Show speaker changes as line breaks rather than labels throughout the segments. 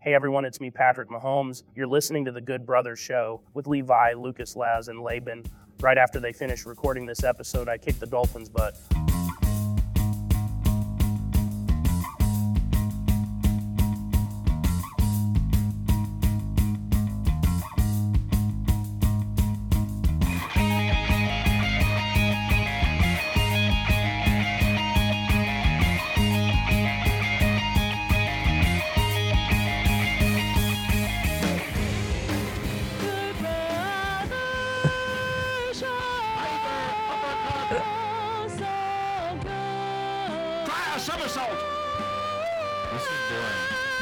Hey everyone, it's me, Patrick Mahomes. You're listening to the Good Brothers Show with Levi, Lucas, Laz, and Laban. Right after they finish recording this episode, I kicked the Dolphins' butt.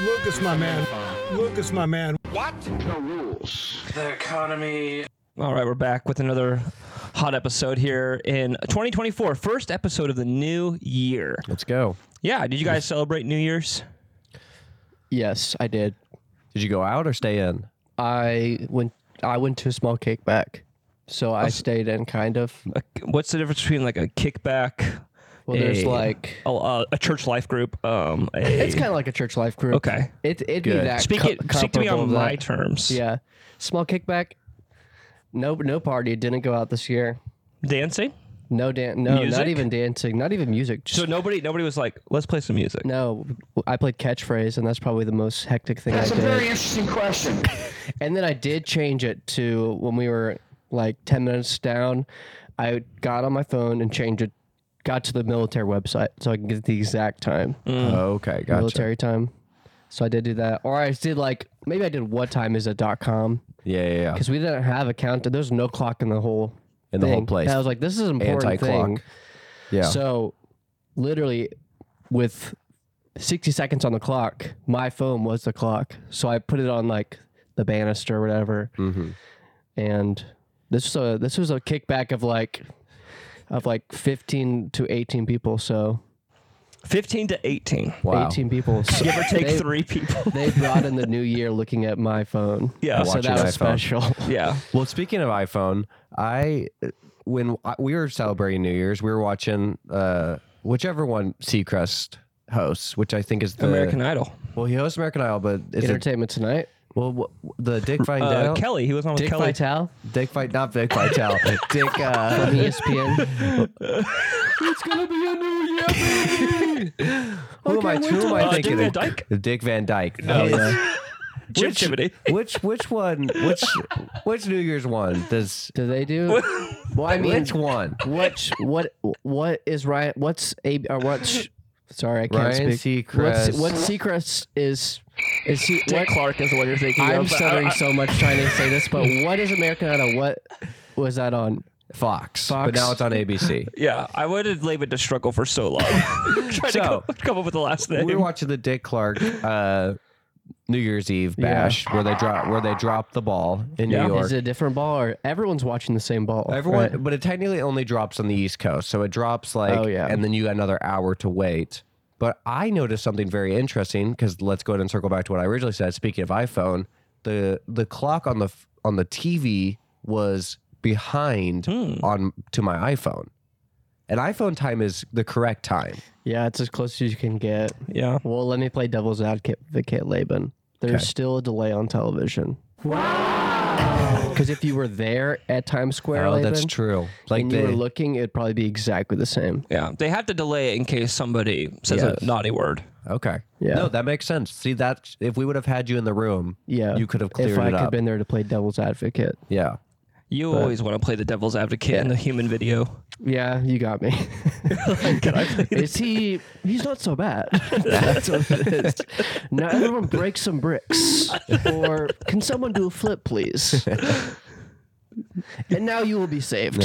Lucas, my man. Lucas, my man.
The economy.
All right, we're back with another hot episode here in 2024, first episode of the new year.
Let's go.
Yeah, did you guys celebrate New Year's?
Yes, I did.
Did you go out or stay in?
I went. I went to a small kickback, so I stayed in kind of.
A- What's the difference between like a kickback?
Well, there's
a-
like
a, a, a church life group. Um, a-
it's kind of like a church life group.
Okay.
It it'd be
Good.
that.
speak
co-
it, speak to me
comparable
on
to
my
that.
terms.
Yeah, small kickback. No, no party. Didn't go out this year.
dancing.
No dance. No,
Music?
not even dancing. Not even music. Just
So nobody nobody was like, let's play some music.
no. I played catchphrase, and that's probably the most hectic thing
That's
I
a
did.
very interesting question.
And then I did change it to when we were like 10 minutes down, I got on my phone and changed it, got to the military website so I can get the exact time,
Oh, Okay, gotcha.
military time. So I did do that. Or I did like, maybe I did what time is it dot com
Yeah, yeah, yeah.
because we didn't have a count. There's no clock in the whole
In the whole
thing.
place.
And I was like, this is an important
Anti-clock.
thing.
Yeah.
So literally with 60 seconds on the clock, my phone was the clock. So I put it on like the banister or whatever.
Mm-hmm.
And this was a this was a kickback of like of like 15 to 18 people, so
Fifteen to eighteen.
wow.
18 people. So
Give or take
they,
three people.
They brought in the new year looking at my phone.
Yeah.
so
Watching
that was
iPhone.
special.
yeah.
Well, speaking of iPhone, I when I, we were celebrating New Year's, we were watching uh, whichever one Seacrest hosts, which I think is the
American Idol.
Well, he hosts American Idol, but is it
Entertainment tonight.
well wh- the Dick
Uh,
Vitale?
Kelly, he was on with
Dick
Kelly.
Vitale E
Dick Vitale, not Dick Vitale, Dick. Uh,
from ESPN.
it's gonna be a new year, baby. who am I?
wait
Who
till-
am I
Uh, Dick
thinking?
Van
of?
Dyke?
Dick Van Dyke. His-
Jim
which,
Chivity.
which which one? Which which New Year's one does?
Do they do? well, I mean,
Which one?
what sh- what what is Ryan? What's a or what? sh- Sorry, I can't
Ryan
speak. What's,
Seacrest.
what Seacrest is is he?
Dick
What,
Clark is the one you're thinking
I'm
of. but I-
stuttering
I-
so much trying to say this, but what is American Idol? What was that on?
Fox. But
Fox.
now it's on ABC.
yeah, I wanted Laban to struggle for so long. Trying to
So-
come, come up with the last name.
we were watching the Dick Clark uh, New Year's Eve
Yeah.
bash where they drop where they drop the ball in
Yeah.
New York.
Is it a different ball or everyone's watching the same ball?
Everyone,
right?
but it technically only drops on the East Coast, so it drops like,
Oh, yeah.
and then you got another hour to wait. But I noticed something very interesting because let's go ahead and circle back to what I originally said. Speaking of iPhone, the the clock on the f- on the TV was behind on to my iPhone, and iPhone time is the correct time.
yeah, it's as close as you can get.
yeah.
Well, let me play devil's advocate, Laban. There's still a delay on television. Wow! Because if you were there at Times Square,
Oh, that's
Laban,
true. Like
and you were
the
looking, it'd probably be exactly the same.
Yeah, they have to delay it in case somebody says
Yes.
a naughty word.
okay,
Yeah.
no, that makes sense. See that if we would have had you in the room,
Yeah,
you could have cleared
if I
it
could have
up.
been there to play devil's advocate.
yeah,
You always want to play the devil's advocate in the human video.
Yeah, you got me.
Can I play
is he? He's not so bad. That's what it is. Now everyone break some bricks, or can someone do a flip, please? and now you will be saved.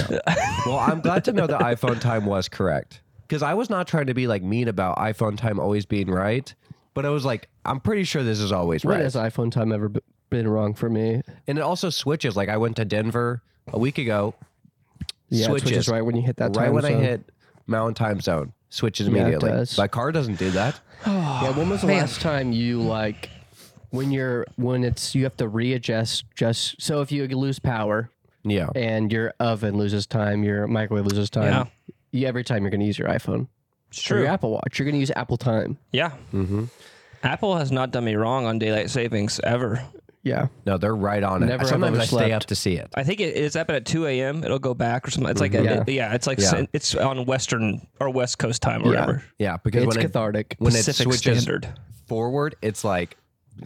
Well, I'm glad to know that iPhone time was correct because I was not trying to be like mean about iPhone time always being right, but I was like, I'm pretty sure this is always
When
right.
has iPhone time ever b- been wrong for me?
and it also switches. Like I went to Denver a week ago,
Yeah, it
switches,
switches right when you hit that.
right
time
when I
zone.
hit Mountain Time Zone, switches
it
immediately.
does.
My car doesn't do that.
Yeah, when was the last time you like when you're when it's you have to readjust just so if you lose power
Yeah,
and your oven loses time, your microwave loses time.
Yeah.
You, every time you're going to use your iPhone
It's
or your
true.
Apple Watch, you're going to use Apple Time.
Yeah. Apple has not done me wrong on daylight savings ever.
Yeah.
No, they're right on it.
Never have
Sometimes I stay
overslept.
up to see it.
I think it, it's up at 2 a.m. It'll go back or something. It's like a, yeah.
Yeah.
it's like
Yeah.
sen- it's on Western or West Coast time or
Yeah.
whatever.
Yeah, because
It's
when it,
cathartic.
when it
Pacific
switches
Standard.
forward, it's like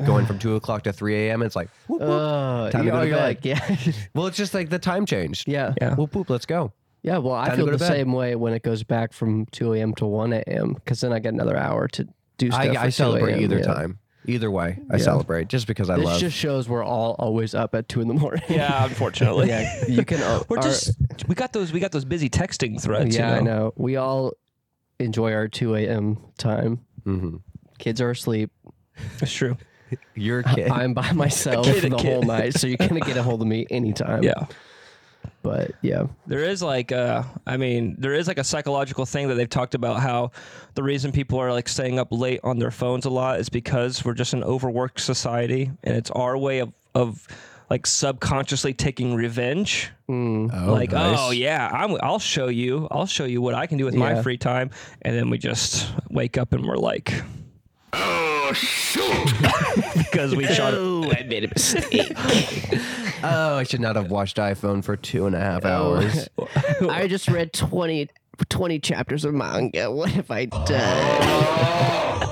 going from two o'clock to three a.m. It's like, whoop, whoop.
Uh,
Time to
you
go
know,
to
you're
bed.
like, yeah,
well, it's just like the time change.
yeah,
Yeah.
Whoop whoop, let's go.
yeah. Well, I
Time to
feel
go to
the
bed.
same way when it goes back from 2 a.m. to 1 a.m. Because then I get another hour to do stuff.
I,
for
I
2
celebrate
a.m.,
either
yeah.
time. Either way, I
Yeah.
celebrate just because I
This
love.
just shows we're all always up at two in the morning.
Yeah, unfortunately.
yeah. You can. uh,
We're
our-
just we got those we got those busy texting threads.
Yeah,
you know?
I know. We all enjoy our 2 a.m. time.
Mhm.
Kids are asleep.
It's true.
Your kid.
I'm by myself
Kid,
for the
kid.
whole night, so you're gonna get a hold of me anytime.
Yeah.
but yeah,
There is like uh I mean, there is like a psychological thing that they've talked about how the reason people are like staying up late on their phones a lot is because we're just an overworked society and it's our way of of like subconsciously taking revenge.
oh,
like,
nice.
oh yeah, I'm, I'll show you. I'll show you what I can do with my
Yeah.
free time. And then we just wake up and we're like, oh shoot, because we shot.
I made a mistake.
Oh, I should not have watched iPhone for two and a half hours.
I just read 20, 20 chapters of manga. What if I done?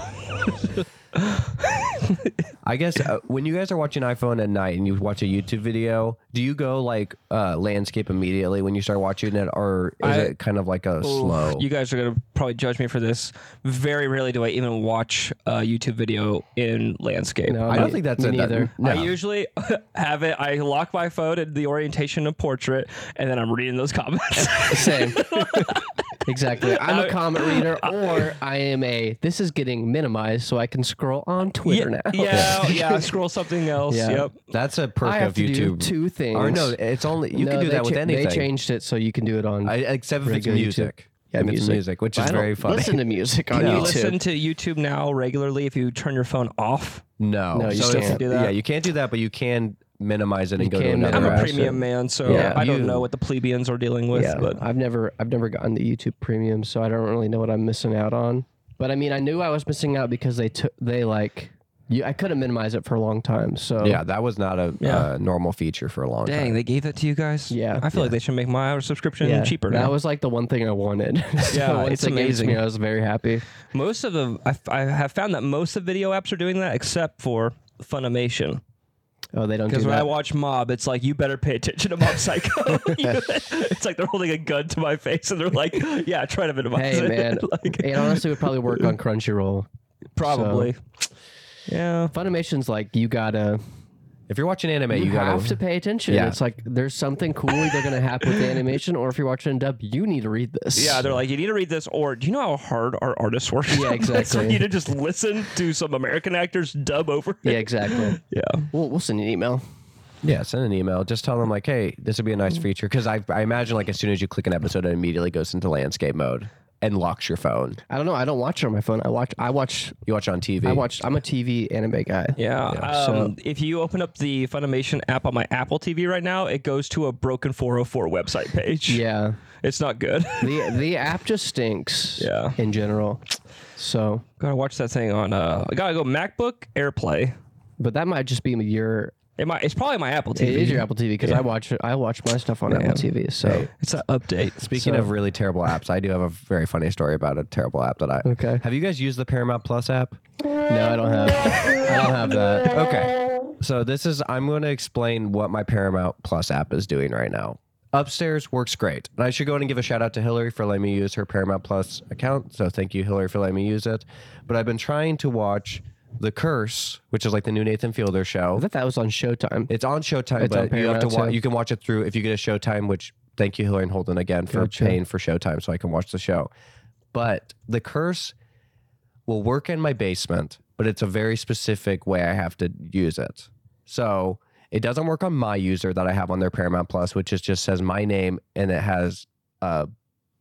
I guess uh, when you guys are watching iPhone at night and you watch a YouTube video, do you go like uh, landscape immediately when you start watching it, or is
I-
it kind of like a slow?
You guys are gonna probably judge me for this. Very rarely do I even watch a YouTube video in landscape.
No,
I don't think that's
me
a, that-
neither.
no.
I usually have it. I lock my phone in the orientation of portrait, and then I'm reading those comments.
Same. exactly. I'm
I-
a comment reader, or I am a. This is getting minimized, so I can scroll on Twitter now.
yeah, yeah. Scroll something else.
Yeah.
Yep.
that's a perk
I
of
have to do
YouTube.
two things.
Or no, it's only you
No,
can do
they
that with
cha-
anything.
They changed it so you can do it on.
I, except if it's
Regular YouTube.
music.
Yeah,
if it's
music.
music, which
I
is
don't
very funny.
Listen to music on
Can you
YouTube.
listen to YouTube now regularly if you turn your phone off?
No,
No, you
So
can't
if-
do that.
Yeah, you can't do that, but you can minimize it and
You
go to
can
another.
I'm a
app.
Right.
premium man, so
Yeah.
I don't
You-
know what the plebeians are dealing with.
yeah,
But
I've never I've never gotten the YouTube Premium, so I don't really know what I'm missing out on. But I mean, I knew I was missing out because they took they like you. I couldn't minimize it for a long time, so
Yeah, that was not a
Yeah.
uh, normal feature for a long
dang,
time.
they gave that to you guys.
Yeah.
I feel like they should make my hour subscription
Yeah,
cheaper
That
now.
was like the one thing I wanted. so
Yeah,
once
it's
they gave it to
amazing.
Me, I was very happy.
most of the I, I have found that most of video apps are doing that, except for Funimation.
Oh, they don't do
Because when I
that.
watch Mob, it's like you better pay attention to Mob Psycho. You- it's like they're holding a gun to my face and they're like, "Yeah, try to minimize
hey
it."
man,
Like,
it honestly would probably work on Crunchyroll.
probably. Yeah.
Funimation's like you gotta
If you're watching anime, you,
you,
gotta
have to pay attention.
Yeah.
It's like there's something cool either gonna happen with the animation, or if you're watching dub, you need to read this.
Yeah, they're like, you need to read this, or do you know how hard our artists work?
Yeah,
on this?
exactly.
We need to just listen to some American actors dub over.
yeah,
it.
exactly.
yeah.
We'll, we'll send you an email.
Yeah, send an email. Just tell them like, hey, this would be a nice
Mm.
feature because I, I imagine like as soon as you click an episode, it immediately goes into landscape mode and locks your phone.
I don't know. I don't watch it on my phone. I watch. I watch.
You watch it on TV.
I watch. I'm a TV anime guy.
Yeah. um, If you open up the Funimation app on my Apple TV right now, it goes to a broken 404 website page.
Yeah.
It's not good.
The the app just stinks.
Yeah.
In general. So,
gotta watch that thing on, uh, I gotta go MacBook AirPlay.
but that might just be your.
It might, it's probably my Apple TV.
It
Mm-hmm.
is your Apple TV because I watch. I watch my stuff on Apple TV. So.
It's an update.
Speaking of really terrible apps, I do have a very funny story about a terrible app that I.
Okay.
Have you guys used the Paramount Plus app?
No, I don't have. I don't have that.
Okay. So this is I'm going to explain what my Paramount Plus app is doing right now. Upstairs works great. And I should go in and give a shout out to Hillary for letting me use her Paramount Plus account. So thank you Hillary for letting me use it. But I've been trying to watch The Curse, which is like the new Nathan Fielder show.
I thought that was on Showtime.
It's on Showtime,
It's on
but you have to
Paramount,
wa-
too.
you can watch it through if you get a Showtime. Which thank you, Hillary and Holden, again for
Gotcha.
paying for Showtime, so I can watch the show. But the curse will work in my basement, but it's a very specific way I have to use it. So it doesn't work on my user that I have on their Paramount Plus, which is just says my name and it has uh,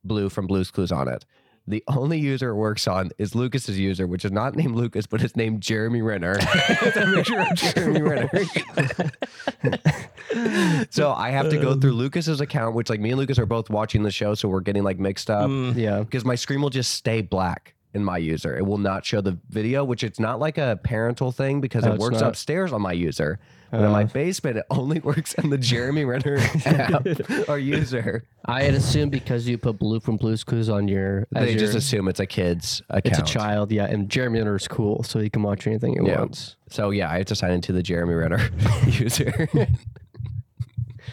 blue from Blue's Clues on it. The only user it works on is Lucas's user, which is not named Lucas, but it's named Jeremy Renner. it's a picture of Jeremy Renner. so I have to go through Lucas's account, which like me and Lucas are both watching the show, so we're getting like mixed up
Mm,
yeah.
because my screen will just stay black. in my user. It will not show the video, which it's not like a parental thing because
No,
it
it's
works
not.
upstairs on my user. But in my
Uh.
basement, it only works on the Jeremy Renner app or user.
I had assumed because you put Blue from Blue's Clues on your, as
They just
your-
assume it's a kid's account.
it's a child, yeah, and Jeremy Renner is cool, so he can watch anything he
Yeah.
wants.
So yeah, I have to sign into the Jeremy Renner user.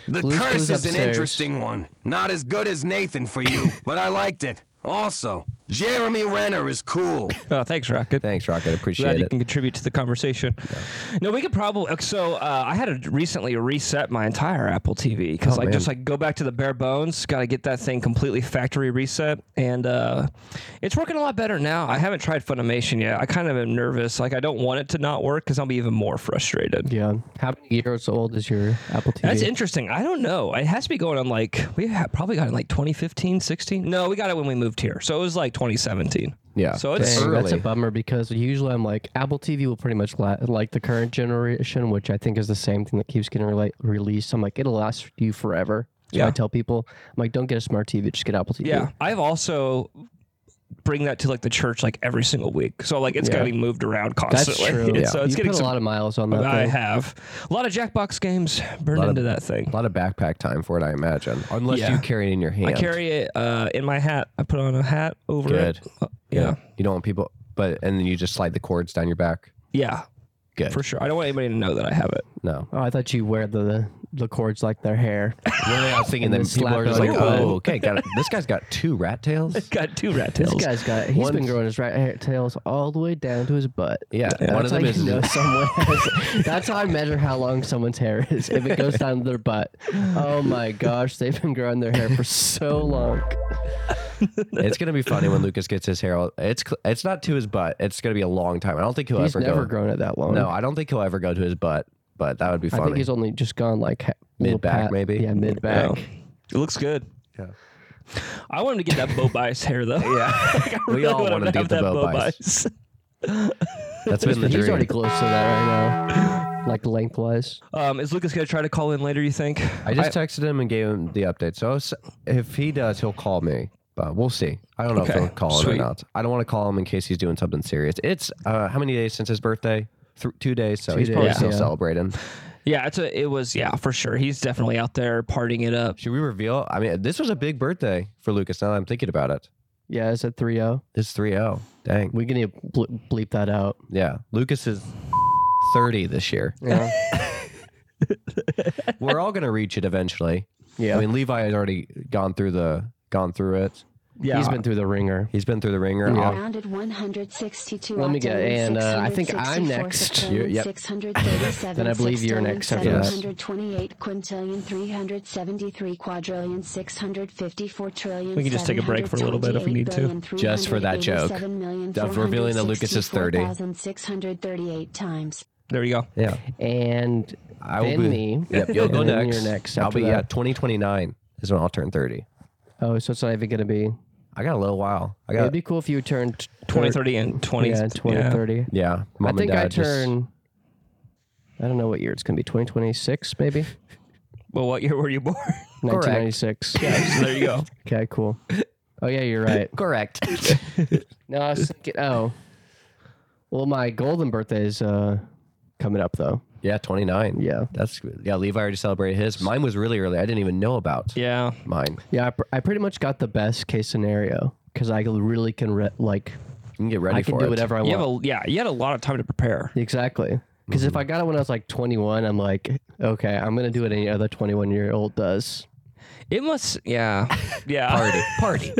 The
Blue's
curse
Clues
is an
upstairs.
interesting one. Not as good as Nathan for you, but I liked it. Also, Jeremy Renner is cool.
Oh, thanks, Rocket.
Thanks, Rocket.
Glad
Appreciate
you
it.
can contribute to the conversation. No, we could probably. okay, So uh, I had to recently reset my entire Apple TV
Oh,
because like just like go back to the bare bones. Got to get that thing completely factory reset, and uh, it's working a lot better now. I haven't tried Funimation yet. I kind of am nervous. Like I don't want it to not work because I'll be even more frustrated.
Yeah. How many years old is your Apple TV?
That's interesting. I don't know. It has to be going on like we ha probably got it in like 2015, 16. No, we got it when we moved here, so it was like 2017.
Yeah.
So it's
Dang, that's a
early.
bummer because usually I'm like Apple TV will pretty much la- like the current generation, which I think is the same thing that keeps getting rela- released. I'm like it'll last you forever. So
Yeah.
I tell people, I'm like, don't get a smart TV, just get Apple TV.
Yeah, I've also bring that to like the church like every single week. So like it's gotta be moved around
that's
constantly.
true.
And So it's
you
getting
put
some,
a lot of miles on that.
I
thing.
have a lot of Jackbox games burned
of-
into that thing.
a lot of backpack time for it, I imagine. Unless
Yeah.
you carry it in your hand.
I carry it uh, in my hat. I put on a hat over
Good.
it. Uh, yeah,
You don't want people, but and then you just slide the cords down your back.
yeah,
Good.
for sure. I don't want anybody to know that I have it.
No,
Oh, I thought you wear the the cords like their hair.
really, I was thinking
then
that people
slap
are
it
just
on
like,
your butt.
oh, okay, got it. this guy's got two rat tails.
Got two rat
This
tails.
guy's got he's been growing his right hair tails all the way down to his butt.
Yeah,
That's
one of them
how
is
you know someone has, that's how I measure how long someone's hair is. If it goes down to their butt, oh my gosh, they've been growing their hair for so long.
it's gonna be funny when Lucas gets his hair. all- It's cl- it's not to his butt. It's gonna be a long time. I don't think he'll
He's
ever
never
go.
grown it that long.
No, I don't think he'll ever go to his butt. But that would be
I think
funny.
he's only just gone like ha- little
Mid-back,
pat-
maybe?
Yeah, mid back.
Oh, it looks good.
Yeah.
I want him to get that Bo Bice hair though.
yeah,
I
we
really
all
want
want
him to
to
have
beat the
that
Bo
Bo
Bice.
Bice.
That's been the
He's already
dream.
close to that right now, like lengthwise.
Um, is Lucas gonna try to call in later? You think?
I just texted him and gave him the update. So s- if he does, he'll call me. But we'll see. I don't know if
Okay,
he'll call him
sweet.
or not. I don't want to call him in case he's doing something serious. It's uh, how many days since his birthday? Th- two days. So he's probably
days,
still
yeah.
celebrating.
Yeah, it's a, it was yeah for sure. He's definitely out there partying it up.
Should we reveal? I mean, this was a big birthday for Lucas. Now that I'm thinking about it,
Yeah, it's oh. at 3 0.
this 3 0. Dang.
We're going to ble- e-, bleep that out.
Yeah. Lucas is 30 this year.
Yeah.
We're all going to reach it eventually.
Yeah.
I mean, Levi has already gone through the gone through it.
Yeah,
He's been through the ringer.
He's been through the ringer.
Yeah.
I'll-
Rounded 162
Let me get- and, uh, I think I'm next.
You- yep.
Then
Then I believe you're next after
that.
728 quintillion 373 quadrillion 654 trillion.
We can just take a break for a little bit if we need to.
Just for that joke. Of revealing that Lucas is 30.
638 times.
there you go.
yeah.
And
I will
then
be.
me.
Yep, you'll go
And then
next.
you're next
I'll
after
be
that.
yeah. Twenty twenty nine is when I'll turn thirty.
Oh, so it's not even going to be.
I got a little while. I
It'd
got
be cool if you turned
20, 30, and 20.
Yeah, 2030.
yeah. Mom
I
and
think
dad
I
just-
turn. I don't know what year it's going to be. 2026, maybe?
Well, what year were you born?
1996.
so there you go.
Okay, cool. Oh, yeah, you're right.
correct.
No, I was thinking, oh. Well, my golden birthday is uh, coming up, though.
yeah, twenty nine.
Yeah.
That's yeah. Levi already celebrated his. Mine was really early. I didn't even know about
Yeah.
mine.
Yeah, I, pr- I pretty much got the best case scenario because I really can, re- like,
You can get ready
I can
for
do
it.
whatever I
You
want.
have a, yeah, you had a lot of time to prepare.
Exactly. Because if I got it when I was like 21, I'm like, okay, I'm going to do what any other 21 year old does.
It must, yeah. Yeah. Party.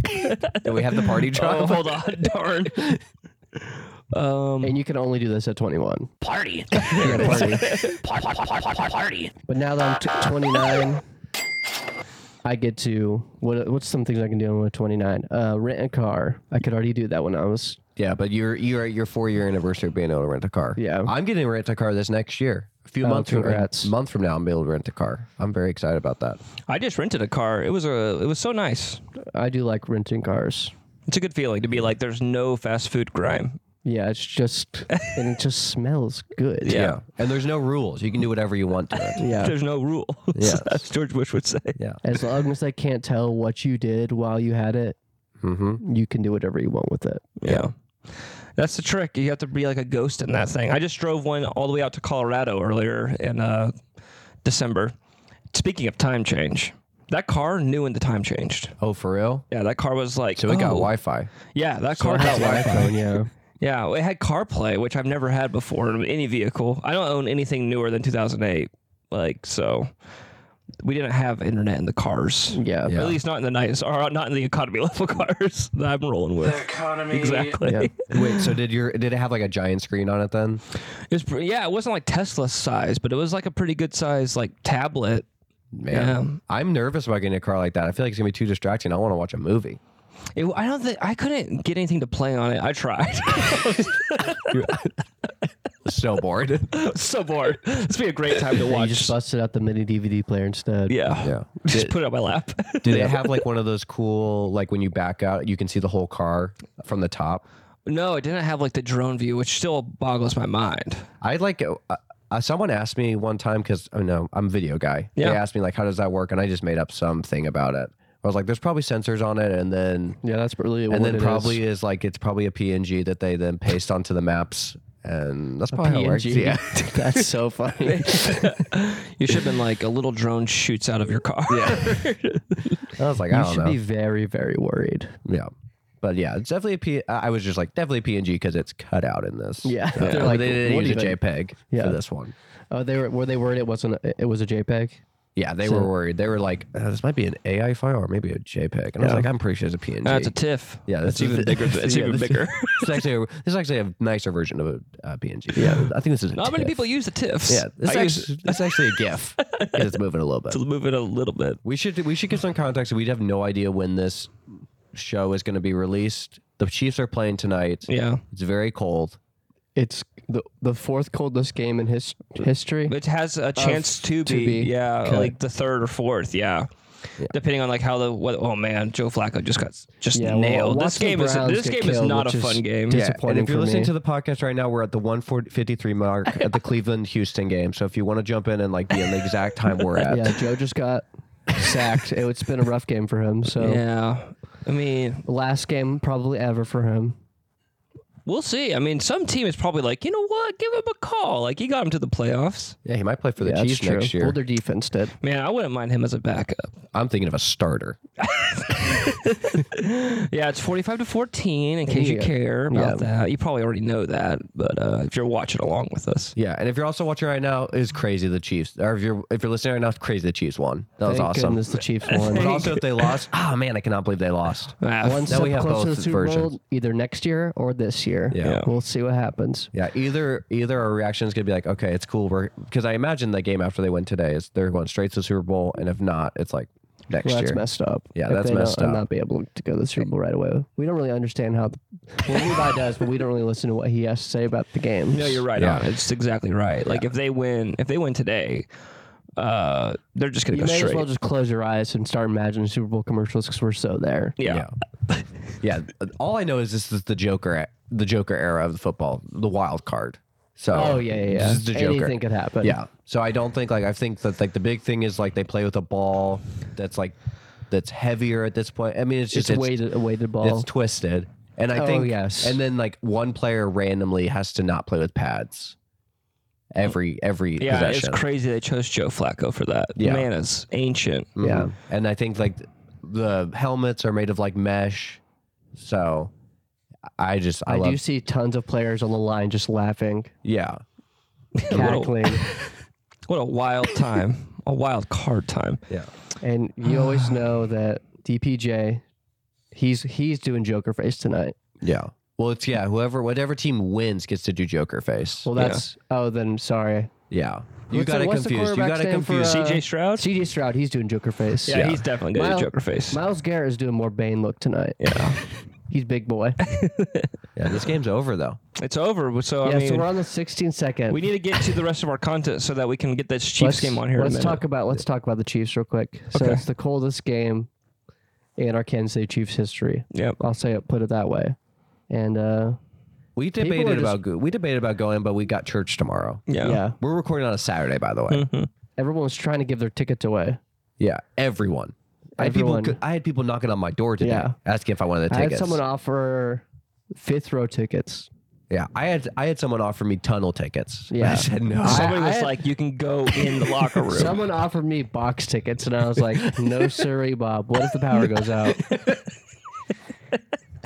Party. do we have the party drop?
oh, hold on. Darn. Um,
And you can only do this at 21.
Party.
Yeah, party. But now that I'm t- 29, I get to, what? what's some things I can do with 29? Uh, rent a car. I could already do that when I was,
Yeah, but you're you're at your four year anniversary of being able to rent a car.
Yeah.
I'm getting a rent a car this next year. A few
Oh,
months from
congrats.
month from now, I'm be able to rent a car. I'm very excited about that.
I just rented a car. It was a, it was so nice.
I do like renting cars.
It's a good feeling to be like, there's no fast food grime.
Yeah, it's just, and it just smells good.
and there's no rules. You can do whatever you want to it.
Yeah.
There's no rule.
Yeah.
As George Bush would say.
Yeah.
As long as they can't tell what you did while you had it,
Mm-hmm.
you can do whatever you want with it.
Yeah. That's the trick. You have to be like a ghost in that thing. I just drove one all the way out to Colorado earlier in uh, December. Speaking of time change, that car knew when the time changed.
Oh, for real?
Yeah, that car was like.
So it got
oh.
Wi-Fi.
Yeah, that car got Wi Fi.
iPhone, yeah.
Yeah, it had CarPlay, which I've never had before in any vehicle. I don't own anything newer than 2008. Like, so we didn't have internet in the cars.
Yeah.
Yeah.
At least not in the nice, or not in the economy level cars that I'm rolling with.
Economy.
Exactly.
Yeah.
Wait, so did your did it have like a giant screen on it then?
It was pre- yeah, it wasn't like Tesla size, but it was like a pretty good size like tablet.
Man, I'm nervous about getting a car like that. I feel like it's gonna be too distracting. I want to watch a movie.
It, I don't think I couldn't get anything to play on it. I tried.
So bored.
so bored. This would be a great time to
You
watch.
just busted out the mini DVD player instead.
yeah.
yeah.
Just
Did,
put it on my lap.
did it have like one of those cool like when you back out, you can see the whole car from the top?
no, it didn't have like the drone view, which still boggles my mind.
I like. Uh, uh, someone asked me one time because oh no, I'm a video guy.
Yeah.
They asked me like, how does that work? And I just made up something about it. I was like, there's probably sensors on it, and then
Yeah, that's really what
and then
it is.
probably is. like it's probably a PNG that they then paste onto the maps, and that's probably how it works.
PNG.
Yeah.
that's so funny.
You should have been like a little drone shoots out of your car. Yeah.
I was like, I
you
don't
should
know.
be very, very worried.
Yeah. But yeah, it's definitely a P. I I was just like definitely PNG because it's cut out in this.
Yeah.
So,
They're
but
like,
they didn't
what
use a
even?
JPEG
Yeah.
for this one.
Oh, they were were they worried it wasn't a, it was a JPEG?
Yeah, they were worried. They were like, uh, this might be an AI file or maybe a JPEG, and I was like, I'm pretty sure it's a PNG.
That's a TIFF.
yeah,
That's
that's
even bigger. That's
yeah,
even
this-
bigger.
This is actually a, this is actually a nicer version of a uh, PNG. Yeah, I think this is. A
Not many
TIFF.
people use the TIFFs.
Yeah, this
I
is
used
actually, it's actually a GIF. 'cause it's moving a little bit.
to move it a little bit.
We should we should give some context. We have no idea when this show is going to be released. The Chiefs are playing tonight.
Yeah.
It's very cold.
It's the the fourth coldest game in his, history.
It has a chance to,
to
be,
be.
yeah,
Okay.
like the third or fourth, yeah. Depending on like how the what, oh man, Joe Flacco just got just
Yeah, well,
nailed. this
Watson
game
Browns
is this
get
game is
killed,
not a
which is
fun game.
dis-
Yeah, and
disappointing
if you're
for
listening
me.
to the podcast right now, we're at the 153 mark at the Cleveland Houston game. So if you want to jump in and like be in the exact time we're at,
yeah, Joe just got sacked. It, it's been a rough game for him. So
Yeah, I mean,
last game probably ever for him.
we'll see. I mean, some team is probably like, you know what, give him a call. Like he got him to the playoffs.
yeah, he might play for the
Yeah, that's
Chiefs
true.
next year.
Well, their defense did.
Man, I wouldn't mind him as a backup.
I'm thinking of a starter.
Yeah, it's forty-five to fourteen. In case you
Yeah.
care about that, you probably already know that. But uh, if you're watching along with us,
Yeah, and if you're also watching right now, is crazy the Chiefs. Or if you're if you're listening right now, crazy the Chiefs won. That was
Thank
awesome.
goodness the Chiefs won.
But also, if they lost, oh man, I cannot believe they lost.
Ah,
One
Now
step
we have
closer to
both
the Super
versions.
Bowl either next year or this year.
Yeah. Yeah.
We'll see what happens.
Yeah, either either our reaction is gonna be like, okay, it's cool. We're because I imagine that game after they win today is they're going straight to the Super Bowl, and if not, it's like next
Well,
year.
that's messed up.
Yeah,
If
that's
they don't-
messed up.
Not be able to go to the Super Bowl right away. We don't really understand how. The, well, Levi does, but we don't really listen to what he has to say about the games.
No, you're right. Oh.
Yeah.
On. it. It's exactly right. Like if they win, if they win today, uh, they're just gonna
You
go
may
straight.
as well just close your eyes and start imagining Super Bowl commercials because we're so there.
yeah.
Yeah. yeah. All I know is this is the Joker, the Joker era of football, the wild card. So
Oh yeah, yeah. yeah.
this is the Joker.
Anything could happen.
Yeah. So I don't think like I think that like the big thing is like they play with a ball that's like that's heavier at this point. I mean, it's
it's,
just it's,
weighted, a weighted uh, ball.
it's twisted, and I
Oh,
think
yes.
and then like one player randomly has to not play with pads. Every every
Yeah,
possession.
it's crazy they chose Joe Flacco for that.
Yeah.
Man is ancient.
Yeah.
And I think like the helmets are made of like mesh, so I just I,
I,
love
do see tons of players on the line just laughing,
yeah.
cackling,
What a wild time. a wild card time.
Yeah.
and you always know that DPJ, he's he's doing Joker face tonight.
Yeah. Well, it's yeah. Whoever, whatever team wins gets to do Joker face.
Well, that's oh then sorry.
yeah. You
What's the-
got it
what's the
confused. You got
quarterback's
it
name for,
confused.
uh,
CJ Stroud?
CJ Stroud, he's doing Joker face.
yeah, he's definitely good
Miles-
at Joker face.
Miles Garrett is doing more Bane look tonight.
yeah.
He's big boy.
yeah. This game's over though.
It's over. So, I
yeah,
mean,
so we're on the 16 second.
we need to get to the rest of our content so that we can get this Chiefs
Let's-
game on here. in a
Let's
minute.
talk about let's talk about the Chiefs real quick. So
Okay.
it's the coldest game in our Kansas City Chiefs history.
Yep.
I'll say it, put it that way. And uh,
We
are
debated
just-
about go we debated about going, but we got church tomorrow.
Yeah.
yeah,
We're recording on a Saturday, by the way.
everyone was trying to give their tickets away.
Yeah. Everyone. I had people.
Everyone-
I had people knocking on my door today
Yeah.
asking if I wanted the
I
tickets.
had someone offer fifth row tickets.
yeah, I had I had someone offer me tunnel tickets.
Yeah.
I said no.
I-
Somebody was
had-
like, "You can go in the locker room."
Someone offered me box tickets, and I was like, "No, sorry, Bob. What if the power goes out?"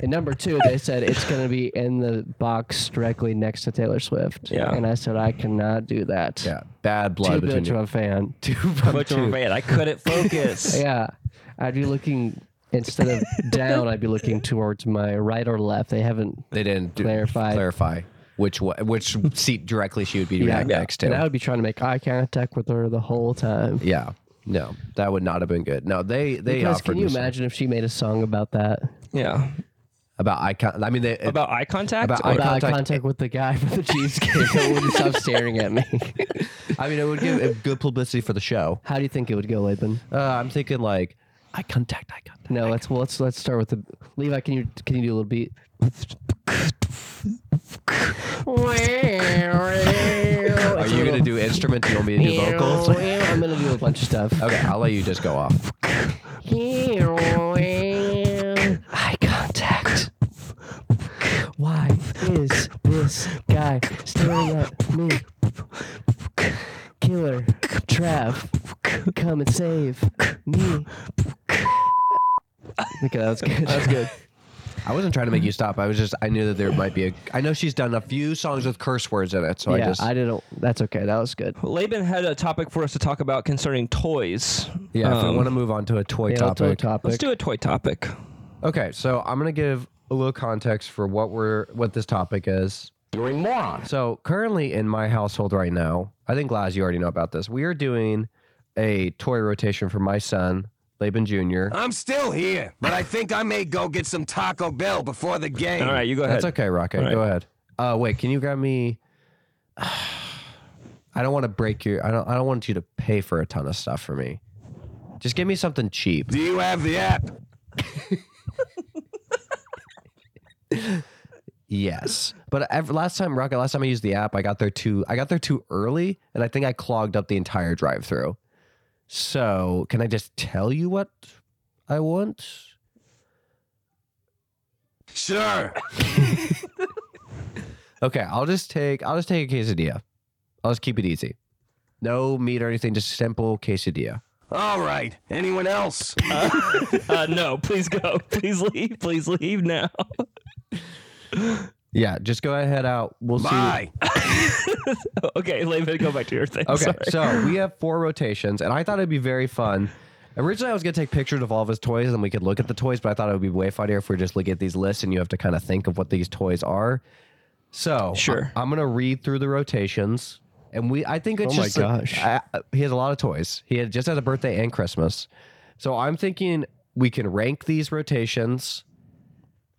and number two, they said it's going to be in the box directly next to Taylor Swift.
Yeah.
and I said I cannot do that.
yeah, bad
too
blood
much
between
of
you.
a fan.
Which were bad. I couldn't focus.
yeah, I'd be looking instead of down, I'd be looking towards my right or left. They haven't.
They didn't do,
Clarify.
clarify which wa- which seat directly she would be
Yeah.
right next to.
And I would be trying to make eye contact with her the whole time.
yeah, no, that would not have been good. No, they they
Because
offered
can you
me some-
imagine if she made a song about that?
Yeah.
about icon. I mean, they, it-
About eye contact.
About
or-
eye
about eye
contact-
contact with the guy from the cheesecake that wouldn't stop staring at me.
I mean, it would give it good publicity for the show.
How do you think it would go, Laban?
Uh, I'm thinking like eye contact, eye contact.
No, let's well, let's let's start with the Levi. Can you can you do a little beat?
Are you gonna do instrument? Do you want me to do vocals?
I'm gonna do a bunch of stuff.
Okay, I'll let you just go off.
Eye contact. Why is this guy staring at me? Killer Trav, come and save me. Okay, that was good. That was good.
I wasn't trying to make you
Mm-hmm.
stop. I was just I knew that there might be a. I know she's done a few songs with curse words in it, so
yeah,
I just
didn't. That's okay. That was good.
Laban had a topic for us to talk about concerning toys.
yeah. if
Um,
we want to move on to a toy
Yeah, let's do a
topic.
Let's
topic.
do a toy topic.
Okay, so I'm gonna give a little context for what we're what this topic is.
You're a moron.
So currently in my household right now, I think Laz, you already know about this. We are doing a toy rotation for my son, Laban Jr.
I'm still here, but I think I may go get some Taco Bell before the game.
All right, you go ahead.
That's okay, Rocket.
All right.
Go ahead. Uh, wait, can you grab me? I don't want to break your. I don't. I don't want you to pay for a ton of stuff for me. Just give me something cheap.
Do you have the app?
Yes, but ev last time, Rocket. Last time I used the app, I got there too. I got there too early, and I think I clogged up the entire drive-through. So, can I just tell you what I want?
Sure.
Okay, I'll just take. I'll just take a quesadilla. I'll just keep it easy. No meat or anything. Just simple quesadilla.
All right. Anyone else?
Uh, no, please go. Please leave. Please leave now.
Yeah, just go ahead out. We'll see.
Bye.
okay, Laban, go back to your thing.
Okay,
Sorry.
so we have four rotations, and I thought it'd be very fun. Originally, I was gonna take pictures of all of his toys, and we could look at the toys. But I thought it would be way funnier if we just look at these lists, and you have to kind of think of what these toys are. So
Sure.
I, am gonna read through the rotations, and we. I think it's
Oh my
just a-
gosh.
I- I- he has a lot of toys. He had just had a birthday and Christmas, so I'm thinking we can rank these rotations.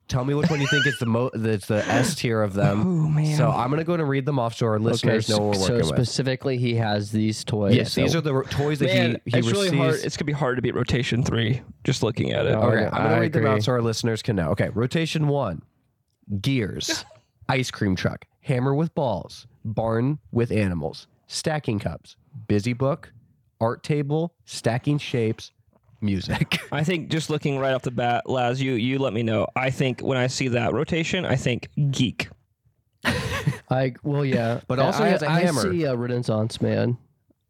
Tell me which one you think is the mo that's the S tier of them.
Oh, man.
So I'm gonna go and read them off so our listeners know what we're
so
working with.
specifically, he has these toys.
Yes, these are the ro- toys that
Man,
he, he
it's
receives.
really
Oh,
hard. It's gonna be hard to beat rotation three. Just looking at it.
No.
okay,
I-
I'm gonna
I
read them
agree.
out so our listeners can know. Okay, rotation one: gears, ice cream truck, hammer with balls, barn with animals, stacking cups, busy book, art table, stacking shapes, music.
I think just looking right off the bat, Laz, you you let me know. I think when I see that rotation, I think geek.
I well, yeah,
But
And
also he
I,
has a
I
hammer.
see a Renaissance man.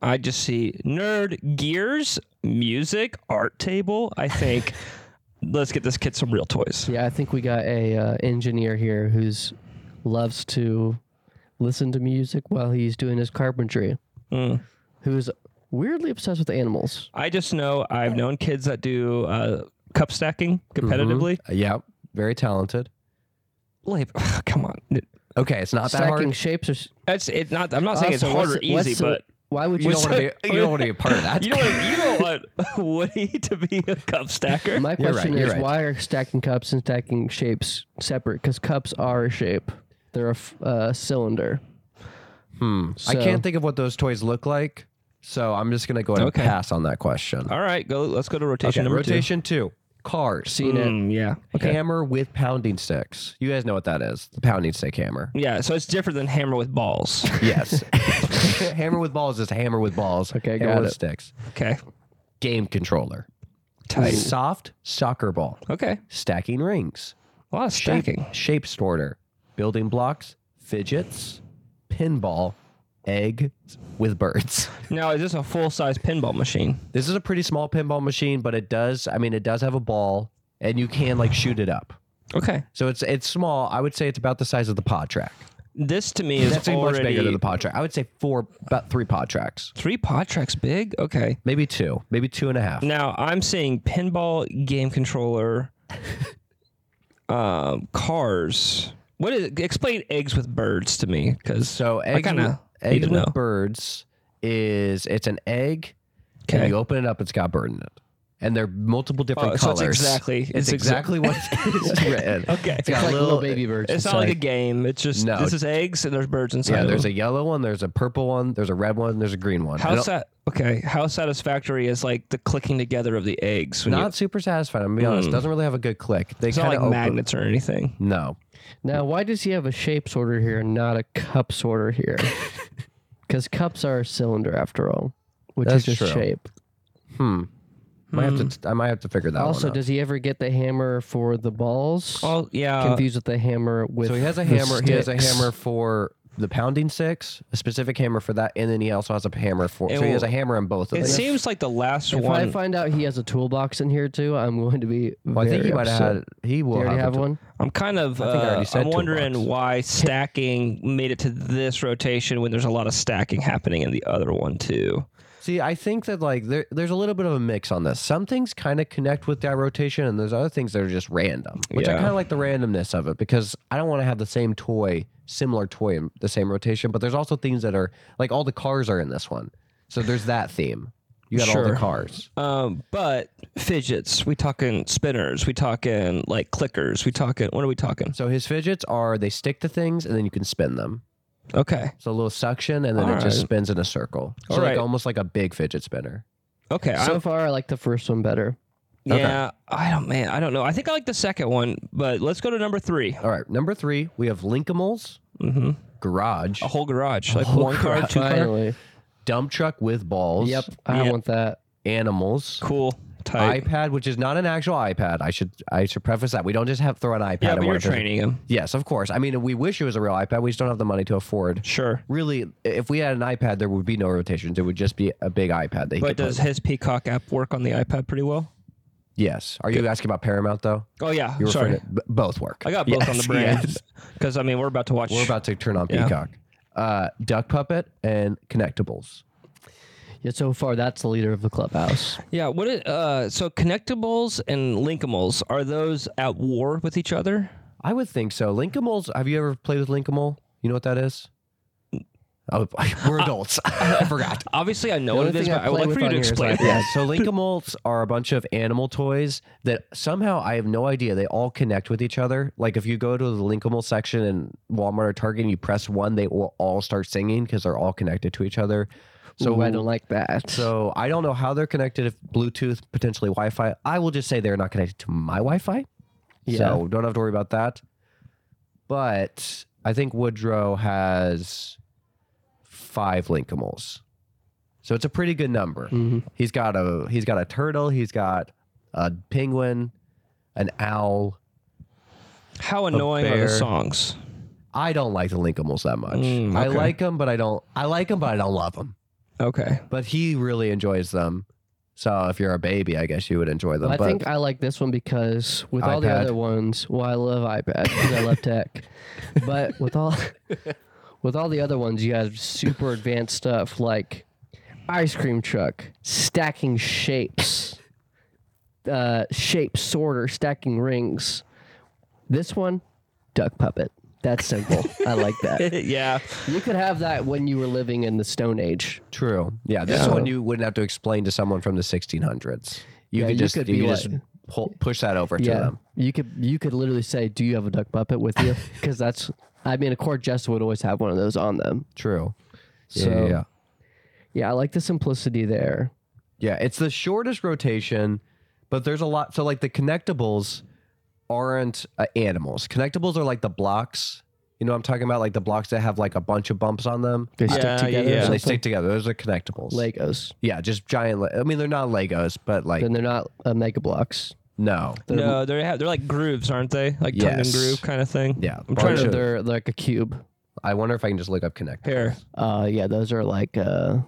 I just see nerd gears, music, art table. I think let's get this kid some real toys.
Yeah, I think we got a uh, engineer here who's loves to listen to music while he's doing his carpentry.
Mm.
Who's weirdly obsessed with animals.
I just know I've known kids that do uh, cup stacking competitively.
Uh, yep, very talented.
Like, come on,
Okay, it's not that
Stacking
hard.
shapes are. s-
that's it. Not I'm not saying it's
Also,
hard
Uh, what's-
or easy,
what's the-
but
why would
you
you?
don't want to be. You don't want to be a part of that.
you know what, you know what Woody to be a cup stacker.
My
You're right,
question
you're
is
right.
why are stacking cups and stacking shapes separate? Because cups are a shape; they're a f- uh, cylinder.
Hmm. I
So-
can't think of what those toys look like, so I'm just gonna go ahead
Okay.
and pass on that question.
All right, go. Let's go to rotation
Okay,
number
rotation two. Cars.
two.
Seen it.
Mm, yeah. Okay.
Hammer with pounding sticks. You guys know what that is. The pounding stick hammer.
Yeah, so it's different than hammer with balls.
Yes. hammer with balls is hammer with balls.
Okay,
hammer
got
with
it.
sticks.
Okay.
Game controller.
Tight.
Soft soccer ball.
Okay.
Stacking rings.
A lot of stacking.
Shape sorter. Building blocks. Fidgets. Pinball. Egg with birds.
Now, is this a full size pinball machine?
This is a pretty small pinball machine, but it does, I mean, it does have a ball and you can like shoot it up.
Okay.
So it's it's small. I would say it's about the size of the pod track.
This to me is
That's
already
much bigger than the pod track. I would say four, about three pod tracks,
three pod tracks big. Okay.
maybe two, maybe two and a half.
Now I'm seeing pinball game controller, um, cars. What is? Explain eggs with birds to me, because
So
I
eggs,
kind of
with, eggs
to
with
know.
birds is it's an egg. And
Okay.
you open it up, it's got bird in it, and they're multiple different
Oh, so it's
colors.
exactly- it's
it's,
exa-
exactly what it's written.
Okay.
got
It's like little,
little-
baby birds.
It's not like a
inside.
game. It's just
No.
this is eggs and there's birds inside.
Yeah,
of
there's a
them.
yellow one, there's a purple one, there's a red one, there's a green one. I
how
don't-
sa- okay. How satisfactory is like the clicking together of the eggs? When you- Hmm.
not super satisfied. I'm gonna be honest. Doesn't really have a good click. They
it's not
kind
like
of open.
magnets or anything.
No,
Now, why does he have a shape sorter here and not a cup sorter here? Because cups are a cylinder after all, which
That's
is just
true.
shape.
might
Hmm.
have to. I might have to figure that
Also,
one out.
does he ever get the hammer for the balls?
Oh yeah.
confused with the hammer with.
uh, So he has a
the
hammer. He has a
sticks.
hammer for the pounding six, a specific hammer for that, and then he also has a hammer for.
It
so he has a
will-
hammer on both of
It
these.
seems like the last
If
one.
I find out he has a toolbox in here too, I'm going to be.
Well, I
very
think he might have
upset.
had. He
Do
will
you already
have,
have
a-
one?
I'm kind of.
I think I already
uh,
said
I'm wondering
toolbox.
why stacking made it to this rotation when there's a lot of stacking happening in the other one too.
See, I think that like there, there's a little bit of a mix on this. Some things kind of connect with that rotation, and there's other things that are just random, which I
Yeah.
kind of like the randomness of it because I don't want to have the same toy, similar toy in the same rotation. But there's also things that are like all the cars are in this one, so there's that theme. You got all
Sure.
the cars.
Um, but fidgets. We talking spinners. We talking like clickers. We talking. What are we talking?
So his fidgets are they stick to things and then you can spin them.
Okay.
So a little suction, and then it
All
just
right.
spins in a circle. So
All
like
right.
almost like a big fidget spinner.
Okay.
So
I'm-
far, I like the first one better.
yeah. I don't. Man. I don't know. I think I like the second one, but let's go to number three.
All right, number three, we have Linkimals,
Mm-hmm.
Garage,
A whole garage. Like
whole
one car,
garage.
two car.
Finally,
Dump Truck with Balls,
yep, I
Yep.
want that.
Animals,
Cool. Tight.
iPad, which is not an actual iPad. I should I should preface that. We don't just have throw an iPad.
yeah,
in
but
one
you're
of those-
training him.
Yes, of course. I mean, we wish it was a real iPad. We just don't have the money to afford.
Sure.
Really, if we had an iPad, there would be no rotations. It would just be a big iPad. That he
But
could play
does
with.
his Peacock app work on the iPad pretty well?
yes? Are you asking about Paramount though?
Oh yeah.
You were
Sorry.
afraid it- b- both work.
I got both on the
Yes,
brain
yes.
because I mean we're about to watch.
We're about to turn on
Yeah.
Peacock. Uh, Duck Puppet and Connectables.
Yeah, so far that's the leader of the clubhouse.
Yeah. What? Is, uh, so connectables and linkables are those at war with each other?
I would think so. Linkamoles. Have you ever played with Linkamole? You know what that is? Oh, we're adults. I forgot.
Obviously, I know
The
what
only
it is,
thing I
but I
play
would like
with
for you
on
to
here is
explain.
like-
Yeah. So Linkamolts are a bunch of animal toys that somehow I have no idea. They all connect with each other. Like if you go to the Linkamole section in Walmart or Target and you press one, they will all start singing because they're all connected to each other.
Ooh, I don't like that.
So I don't know how they're connected. If Bluetooth, potentially Wi-Fi. I will just say they're not connected to my Wi-Fi. So don't have to worry about that. But I think Woodrow has five Linkables. So it's a pretty good number. He's got a he's got a turtle. He's got a penguin, an owl.
How annoying are
bear.
the songs?
I don't like the Linkables that much.
Mm,
I
okay.
like them, but I don't. I like them, but I don't love them.
Okay.
But he really enjoys them. So if you're a baby, I guess you would enjoy them.
I
but
think I like this one because with all the
iPad.
other ones, well, I love iPad because I love tech, but with all with all the other ones, you have super advanced stuff like ice cream truck, stacking shapes, uh, shape sorter, stacking rings. This one, duck puppet. That's simple. I like that.
yeah.
You could have that when you were living in the Stone Age.
True. Yeah, this
Yeah.
one you wouldn't have to explain to someone from the 1600s. You
Yeah,
could
you
just
could
you
be
could just
like-
pull, push that over to them.
You could you could literally say, "Do you have a duck puppet with you?" Because that's I mean, of course, Jess would always have one of those on them.
True.
So
yeah,
yeah,
yeah.
I like the simplicity there.
Yeah, it's the shortest rotation, but there's a lot. So like the connectables aren't uh, animals. Connectables are like the blocks You know what I'm talking about? Like the blocks that have like a bunch of bumps on them.
They
Yeah,
stick together.
yeah,
or
And they
something?
stick together. Those are connectables.
Legos.
yeah, just giant. Le- I mean, they're not Legos, but like
Then they're not uh, Mega Blocks.
no.
No, they have, they're like grooves, aren't they? Like tongue and
Yes.
groove kind of thing.
Yeah,
I'm trying
bunch
to.
of-
They're like a cube.
I wonder if I can just look up connectables.
Here,
Uh, yeah, those are like. Uh,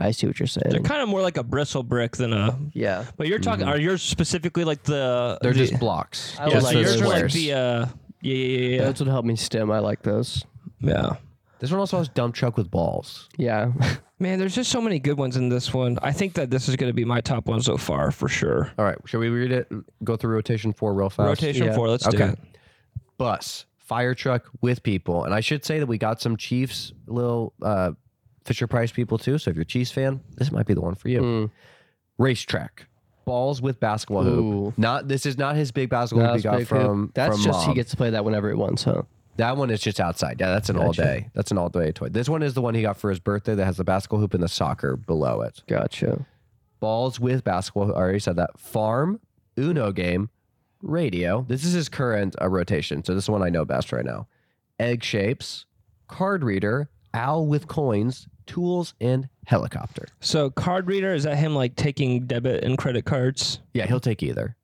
I see what you're
they're
saying.
kind of more like a bristle brick than a.
yeah,
But you're talking. Are yours specifically like the?
They're
the-
just blocks.
I would
Yeah,
Just
so
like
the
those
yours are like
squares.
the. Uh, yeah, yeah, yeah, yeah.
those would help me stem. I like those.
yeah.
This one also has dump truck with balls.
Yeah,
Man, there's just so many good ones in this one. I think that this is going to be my top one so far for sure.
All right, shall we read it? and Go through rotation four real fast.
Rotation
Yeah.
four. Let's do
Uh, Okay.
it.
bus, fire truck with people. And I should say that we got some Chiefs little uh, Fisher Price people too. So if you're a Chiefs fan, this might be the one for you. Racetrack. Balls with basketball
Ooh.
hoop. Not this is not his big basketball
That
hoop he
was
got
pretty cool.
from
That's
from
just he
mom.
gets to play that whenever he wants, huh?
that one is just outside. Yeah, that's an all day. That's an all day toy. This one is the one he got for his birthday that has the basketball hoop and the soccer below it.
Gotcha.
Balls with basketball. I already said that. Farm, Uno game, radio. This is his current uh, rotation. So this is one I know best right now. Egg shapes, card reader, owl with coins, tools, and helicopter.
So card reader is that him like taking debit and credit cards?
Yeah, he'll take either.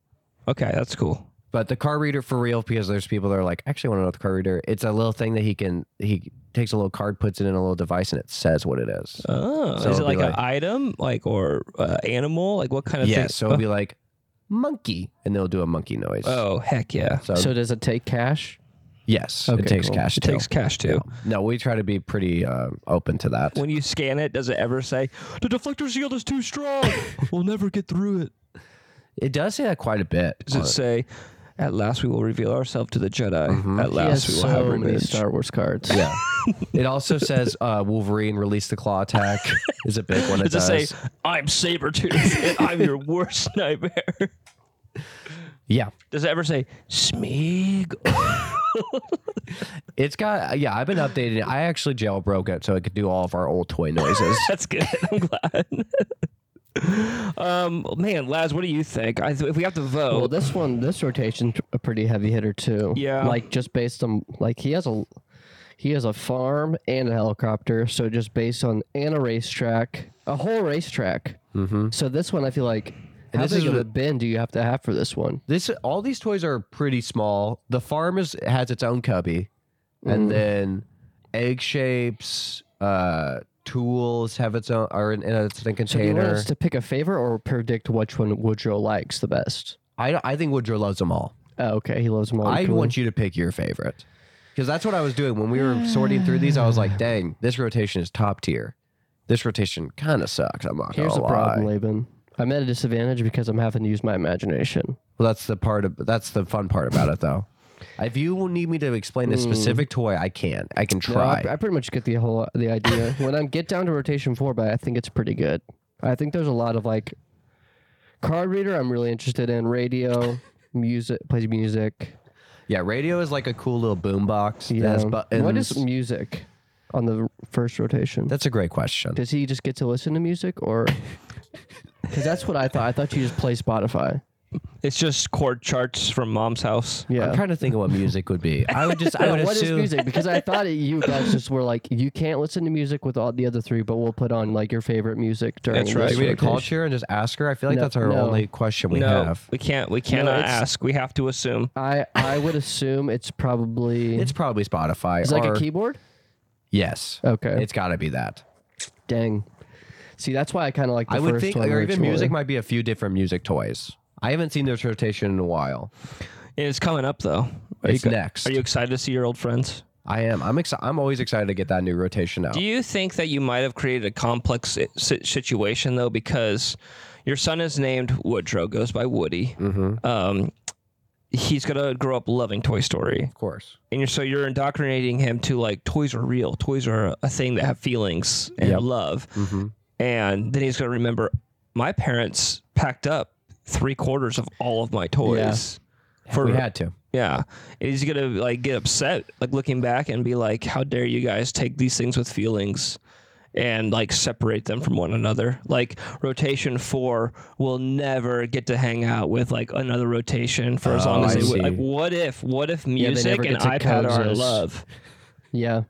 Okay, that's cool.
But the card reader for real, because there's people that are like, actually, I want to know what the card reader. It's a little thing that he can. He takes a little card, puts it in a little device, and it says what it is.
Oh,
So
is it
it'll be
like,
like-
an item, like or uh, animal, like what kind of
yeah,
thing?
so it'll be like monkey, and they'll do a monkey noise.
oh heck yeah!
so,
So does it take cash?
yes,
Okay,
it takes
cool.
cash.
It
too.
takes cash too.
No, we try to be pretty uh, open to that.
When you scan it, does it ever say the deflector shield is too strong? we'll never get through it.
It does say that quite a bit.
Does it say, "At last we will reveal ourselves to the Jedi.
Mm-hmm.
At
He has
last we will have
so many
revenge."
Star Wars cards.
yeah. It also says uh, Wolverine release the claw attack is a big one. It
Does
does.
it say, "I'm Sabretooth and I'm your worst nightmare"?
yeah.
Does it ever say Smeag?
It's got uh, yeah. I've been updating it. I actually jailbroke it so it could do all of our old toy noises.
That's good. I'm glad. um, man, Laz, what do you think? I, if we have to vote,
Well, this one, this rotation's a pretty heavy hitter too.
Yeah.
Like just based on like he has a he has a farm and a helicopter, so just based on and a racetrack, a whole racetrack. Mm-hmm. So this one, I feel like, how
this
big
is
of
a-
a bin do you have to have for this one?
This all these toys are pretty small. The farm is has its own cubby, and then egg shapes, uh, tools have its own are in, in
So
its own
do you want
container.
us to pick a favorite or predict which one Woodrow likes the best?
I I think Woodrow loves them all.
Oh, okay, he loves them all.
I
equally.
want you to pick your favorite. Because that's what I was doing when we were sorting through these. I was like, dang, this rotation is top tier. This rotation kind of sucks. I'm not
Here's
gonna
the problem,
lie.
Laban. I'm at a disadvantage because I'm having to use my imagination.
Well, that's the part of that's the fun part about it, though. If you need me to explain a specific toy, I can. I can
Hmm. No, I-
try.
I, pretty much get the whole the idea. when I get down to rotation four, but I think it's pretty good. I think there's a lot of like card reader. I'm really interested in radio, music, plays music.
yeah, radio is like a cool little boom box. that
Yeah.
has buttons.
what is music on the r- first rotation?
That's a great question.
Does he just get to listen to music or? Because that's what I thought. I thought you just play Spotify.
it's just chord charts from Mom's house.
Yeah.
I'm trying to think of what music would be. I would just. I would
What is
assume.
music? Because I thought you guys just were like, you can't listen to music with all the other three, but we'll put on like your favorite music during.
That's right.
this
Should we
rotation.
call cheer and just ask her? I feel like
No,
that's our
no.
only question we
no,
have.
we can't. We cannot
it's-
ask. We have to assume.
I I would assume it's probably
It's probably Spotify.
it's like
or-
a keyboard.
Yes.
Okay.
It's got to be that.
Dang. See, that's why I kind of like. The
I would
first
think,
one
or even
originally.
music might be a few different music toys. I haven't seen this rotation in a while.
It's coming up though. Are
It's
you, go-
next.
Are you excited to see your old friends?
I am. I'm excited. I'm always excited to get that new rotation out.
Do you think that you might have created a complex si- si- situation though, because your son is named Woodrow, goes by Woody. Mm-hmm. Um, he's gonna grow up loving Toy Story,
of course.
and you're, so you're indoctrinating him to like toys are real, toys are a thing that have feelings and love,
Mm-hmm.
and then he's gonna remember my parents packed up three quarters of all of my toys. For,
We had to.
yeah. And he's gonna like get upset, like looking back and be like, How dare you guys take these things with feelings and like separate them from one another. Like rotation four will never get to hang out with like another rotation for as long
Oh,
as
I
they would.
see.
Like, what if? What if
they
music
never
and
get to
iPad are in
coexist.
love?
Yeah,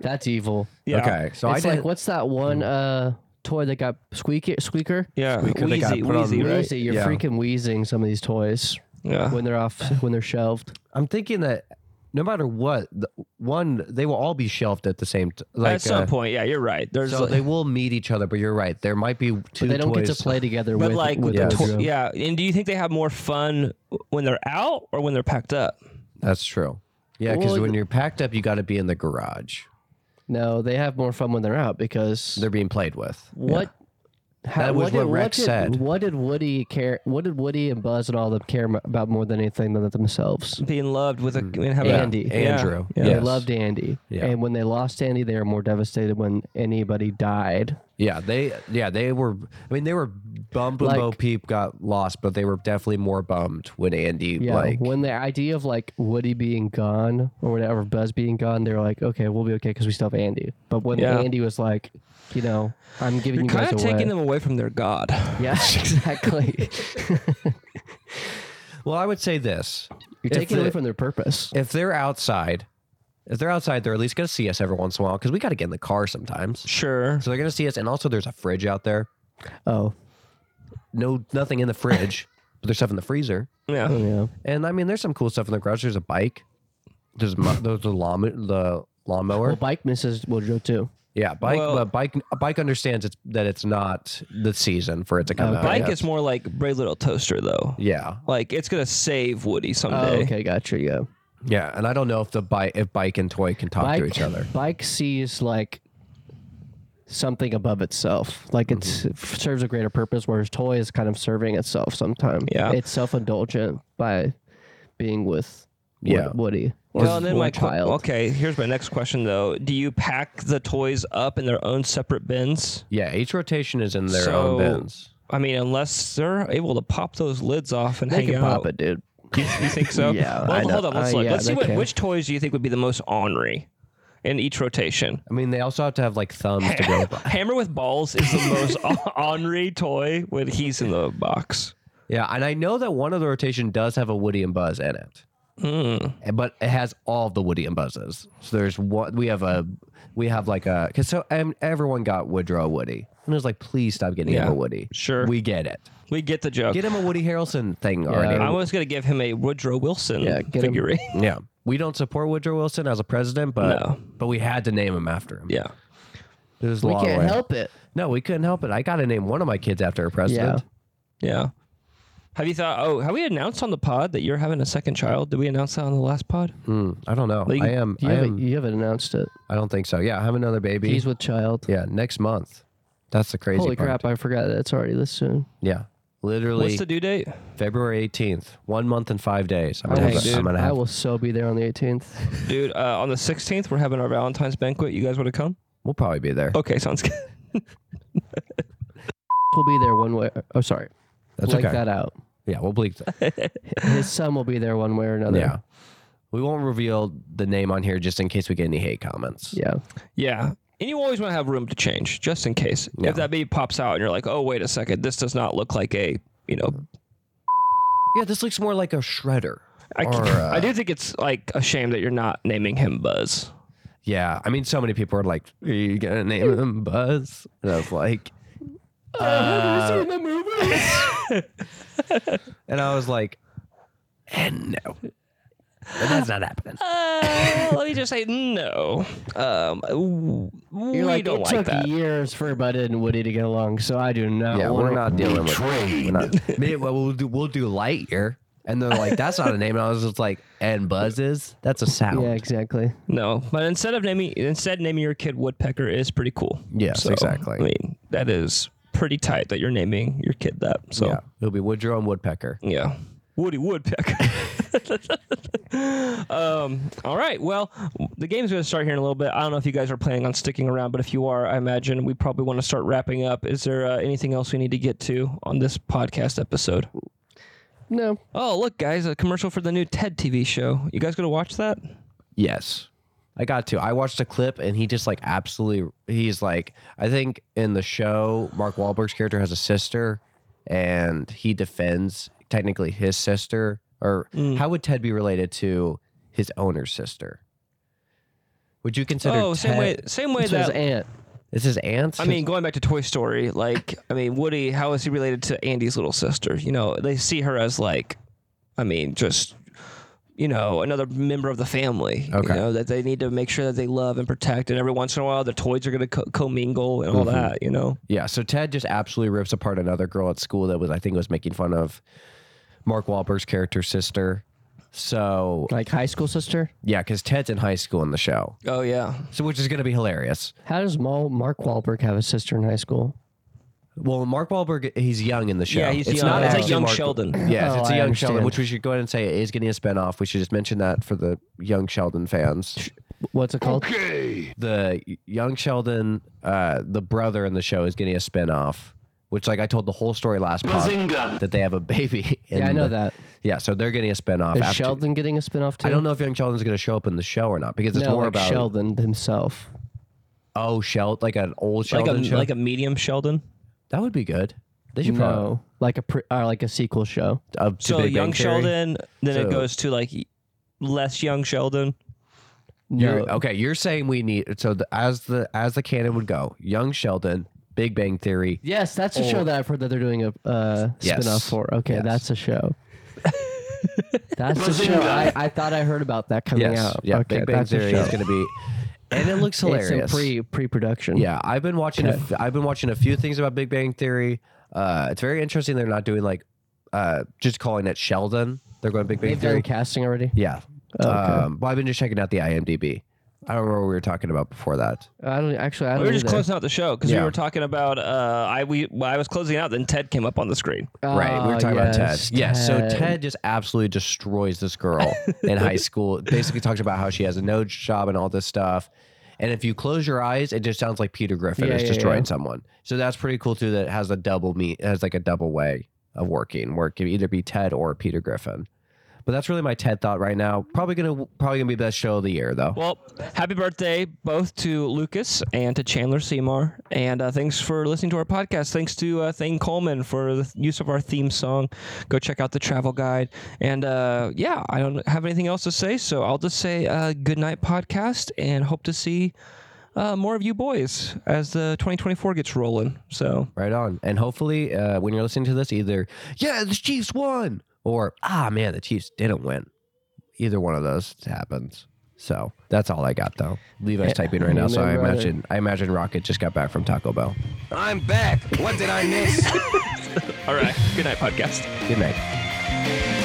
that's evil.
Yeah.
Okay, so
it's
I
like
did.
what's that one uh toy that got squeaky squeaker?
Yeah,
Squeaker that got
Wheezy,
put on-
Wheezy, right?
Wheezy, you're
Yeah.
freaking wheezing some of these toys
Yeah.
when they're off when they're shelved.
I'm thinking that no matter what, the, one they will all be shelved at the same. T- like
At some
uh,
point, yeah, you're right. There's
so
like-
they will meet each other. But you're right. There might be two
But they don't
toys.
get to play together
But
with
like,
with
the
Yes.
the
to-
group.
yeah. And do you think they have more fun when they're out or when they're packed up?
That's true. Yeah, because
Well,
when you're packed up, you got to be in the garage.
No, they have more fun when they're out because
They're being played with.
what how,
That was what Rex
did,
said.
What did Woody care? What did Woody and Buzz and all them care mo- about more than anything than themselves?
Being loved with a and having a-
Andy,
yeah,
Andrew.
Yeah.
they
Yes.
loved Andy,
Yeah.
and when they lost Andy, they were more devastated when anybody died.
Yeah, they yeah they were. I mean, they were bummed when
Like-
Bo Peep got lost, but they were definitely more bummed when Andy
Yeah,
like
when the idea of like Woody being gone or whatever, Buzz being gone, they were like, okay, we'll be okay because we still have Andy. But when
Yeah.
Andy was like, you know, I'm giving
You're
you guys
kind of
away.
taking them away from their god.
yeah, exactly.
Well, I would say this:
You're
If
taking
the-
away from their purpose.
if they're outside, if they're outside, they're at least gonna see us every once in a while because we got to get in the car sometimes.
Sure.
So they're gonna see us, and also there's a fridge out there.
Oh,
No, nothing in the fridge, but there's stuff in the freezer.
Yeah.
yeah.
And I mean, there's some cool stuff in the garage. There's a bike. There's mo- there's the lawn the lawnmower.
Well, Bike misses Woodrow too.
yeah, bike.
well-
but bike. A bike understands it's that it's not the season for it to
Oh,
come out.
Bike
yet.
is more like Brave Little Toaster though.
Yeah,
Like it's gonna save Woody
Oh,
someday.
okay, gotcha. Yeah.
yeah. And I don't know if the bike if bike and toy can talk to each other.
Bike sees like something above itself. Like it's
Mm-hmm.
it serves a greater purpose, whereas toy is kind of serving itself sometimes.
Yeah.
It's self indulgent by being with Wo-
Yeah.
Woody.
Well, and then
or
my que-
child.
okay. Here's my next question though. Do you pack the toys up in their own separate bins?
Yeah, each rotation is in their
So-
own bins.
I mean, unless they're able to pop those lids off and
They
hang
can
out.
pop it, dude.
You, you think so?
Yeah,
Well,
I know.
hold on. Let's
Uh,
look.
yeah,
let's see
they
what,
can.
which toys do you think would be the most ornery in each rotation.
I mean, they also have to have like thumbs to go. by.
Hammer with balls is the most o- ornery toy when he's in the box.
Yeah, and I know that one of the rotation does have a Woody and Buzz in it.
Hmm.
And- But it has all of the Woody and Buzzes. So there's one we have a we have like a because so um, everyone got Woodrow a Woody and it was like please stop getting him
Yeah,
a Woody.
sure.
we get it.
We get the joke.
Get him a Woody Harrelson thing already.
I was gonna give him a Woodrow Wilson
Yeah, get him.
figurine.
yeah, we don't support Woodrow Wilson as a president, but
No.
but we had to name him after him.
yeah.
There's
We
law
can't
way.
help it.
No, we couldn't help it. I got to name one of my kids after a president.
Yeah. Have you thought? Oh, have we announced on the pod that you're having a second child? Did we announce that on the last pod?
Hmm, I don't know.
Like,
I am.
You
Mm. I
haven't,
am.
you haven't announced it.
I don't think so. Yeah, I have another baby.
He's with child.
Yeah, next month. That's the crazy
Holy
part.
crap! I forgot that it's already this soon.
Yeah. Literally
What's the due date?
February 18th, one month and five days. I'm
I
gonna,
will,
have,
s-
I'm gonna
I
have-
will so be there on the 18th.
Dude, uh, on the 16th, we're having our Valentine's banquet. You guys want to come?
We'll probably be there.
Okay, sounds good.
we'll be there one way. Oh, sorry.
That's
Blake
okay.
that out.
Yeah, we'll bleep that.
His son will be there one way or another.
yeah. We won't reveal the name on here just in case we get any hate comments.
Yeah.
Yeah. And you always want to have room to change just in case.
Yeah.
If that baby pops out and you're like, oh, wait a second, this does not look like a, you know,
Yeah, this looks more like a shredder.
I,
Or, uh,
I do think it's like a shame that you're not naming him Buzz.
Yeah. I mean, so many people are like, Are you gonna name him Buzz? And I was like uh, And I was like, and no. And that's not happening.
Uh, let me just say no. Um, w- we
You're like,
don't
it
like
took
that.
years for Bud and Woody to get along, so I do not.
Yeah,
want
we're not dealing with we're not. Maybe, well, we'll do we'll do Lightyear, and they're like, "That's not a name." And I was just like, "And buzzes? That's a sound."
Yeah, exactly.
No, but instead of naming instead naming your kid Woodpecker is pretty cool.
Yes, exactly.
I mean, that is pretty tight that you're naming your kid that. So
Yeah, it'll be Woodrow and Woodpecker.
Yeah. Woody Woodpecker. um, all right. Well, the game's going to start here in a little bit. I don't know if you guys are planning on sticking around, but if you are, I imagine we probably want to start wrapping up. Is there uh, anything else we need to get to on this podcast episode?
No.
Oh, look, guys, a commercial for the new TED TV show. You guys going to watch that?
Yes, I got to. I watched a clip and he just like absolutely. He's like, I think in the show, Mark Wahlberg's character has a sister, and he defends technically his sister. Or
Mm.
how would Ted be related to his owner's sister? Would you consider?
Oh, same
Ted-
way. Same way
So his
that
aunt.
It's his aunt.
I mean, going back to Toy Story, like, I mean, Woody, how is he related to Andy's little sister? You know, they see her as like, I mean, just, you know, another member of the family.
Okay.
You know, that they need to make sure that they love and protect, and every once in a while, the toys are going to co- commingle and all
Mm-hmm.
that. You know,
Yeah, so Ted just absolutely rips apart another girl at school that was, I think, was making fun of Mark Wahlberg's character's sister. So
Like high school sister?
yeah, because Ted's in high school in the show,
oh yeah,
so which is going to be hilarious.
How does Mal- Mark Wahlberg have a sister in high school?
Well, Mark Wahlberg, he's young in the show.
yeah, he's
it's
young.
Not
it's like
actually
young
Mark-
Sheldon.
Yes,
Oh,
it's a
I
young Sheldon,
understand.
which we should go ahead and say it is getting a spinoff. We should just mention that for the young Sheldon fans.
What's it called?
The young Sheldon, uh, the brother in the show, is getting a spinoff. Which, like, I told the whole story last podcast that they have a baby. In
Yeah, I know
the-
that.
Yeah, so they're getting a spinoff.
Is
after-
Sheldon getting a spinoff too?
I don't know if Young Sheldon's going to show up in the show or not because it's
no,
more
like
about
Sheldon himself.
oh Sheldon, like an old
Like a
Sheldon show.
like a medium Sheldon.
that would be good. They should probably
No, like a pre- or like a sequel show.
uh, to
So
Big
young
Bang Theory.
Sheldon, then
So-
it goes to like less young Sheldon.
You're,
No,
Okay, you're saying we need so the, as the as the canon would go, Young Sheldon, Big Bang Theory.
Yes, that's a show that I've heard that they're doing a uh,
Oh. Yes.
spin-off for. Okay,
Yes.
that's a show. that's a show. I, I thought I heard about that coming
Yes,
out.
yeah,
okay,
Big Bang
that's a
Theory
show.
is going to be, and it looks hilarious.
It's in pre pre-production.
Yeah, I've been watching. A f- I've been watching a few things about Big Bang Theory. Uh, it's very interesting. They're not doing like uh, just calling it Sheldon. They're going Big Bang
they've
Theory.
done casting already.
Yeah. Um, well, I've been just checking out the IMDb. I don't remember what we were talking about before that.
I don't actually. I don't.
We were just
either.
closing out the show because
Yeah.
we were talking about uh, I we well, I was closing out, then Ted came up on the screen.
right. We were
Ah,
talking about Ted.
yes,
Yes. So
Ted.
Ted just absolutely destroys this girl in high school. Basically talks about how she has a no job and all this stuff. And if you close your eyes, it just sounds like Peter Griffin
Yeah,
is
yeah,
destroying
yeah.
someone. So that's pretty cool too. That it has a double me it has like a double way of working, where it can either be Ted or Peter Griffin. But that's really my Ted thought right now. Probably gonna probably gonna be best show of the year though.
Well, happy birthday both to Lucas and to Chandler Seymour. And uh, thanks for listening to our podcast. Thanks to uh, Thane Coleman for the use of our theme song. Go check out the travel guide. And uh, yeah, I don't have anything else to say, so I'll just say uh, good night, podcast, and hope to see uh, more of you boys as the 2024 gets rolling. So
Right on. And hopefully, uh, when you're listening to this, either, yeah, the Chiefs won, or, ah, man, the Chiefs didn't win. Either one of those happens. So that's all I got, though. Levi's typing right now, so I
Remember-
imagine I imagine Rocket just got back from Taco Bell.
I'm back. What did I miss?
all right, good night, podcast.
Good night.
Bye.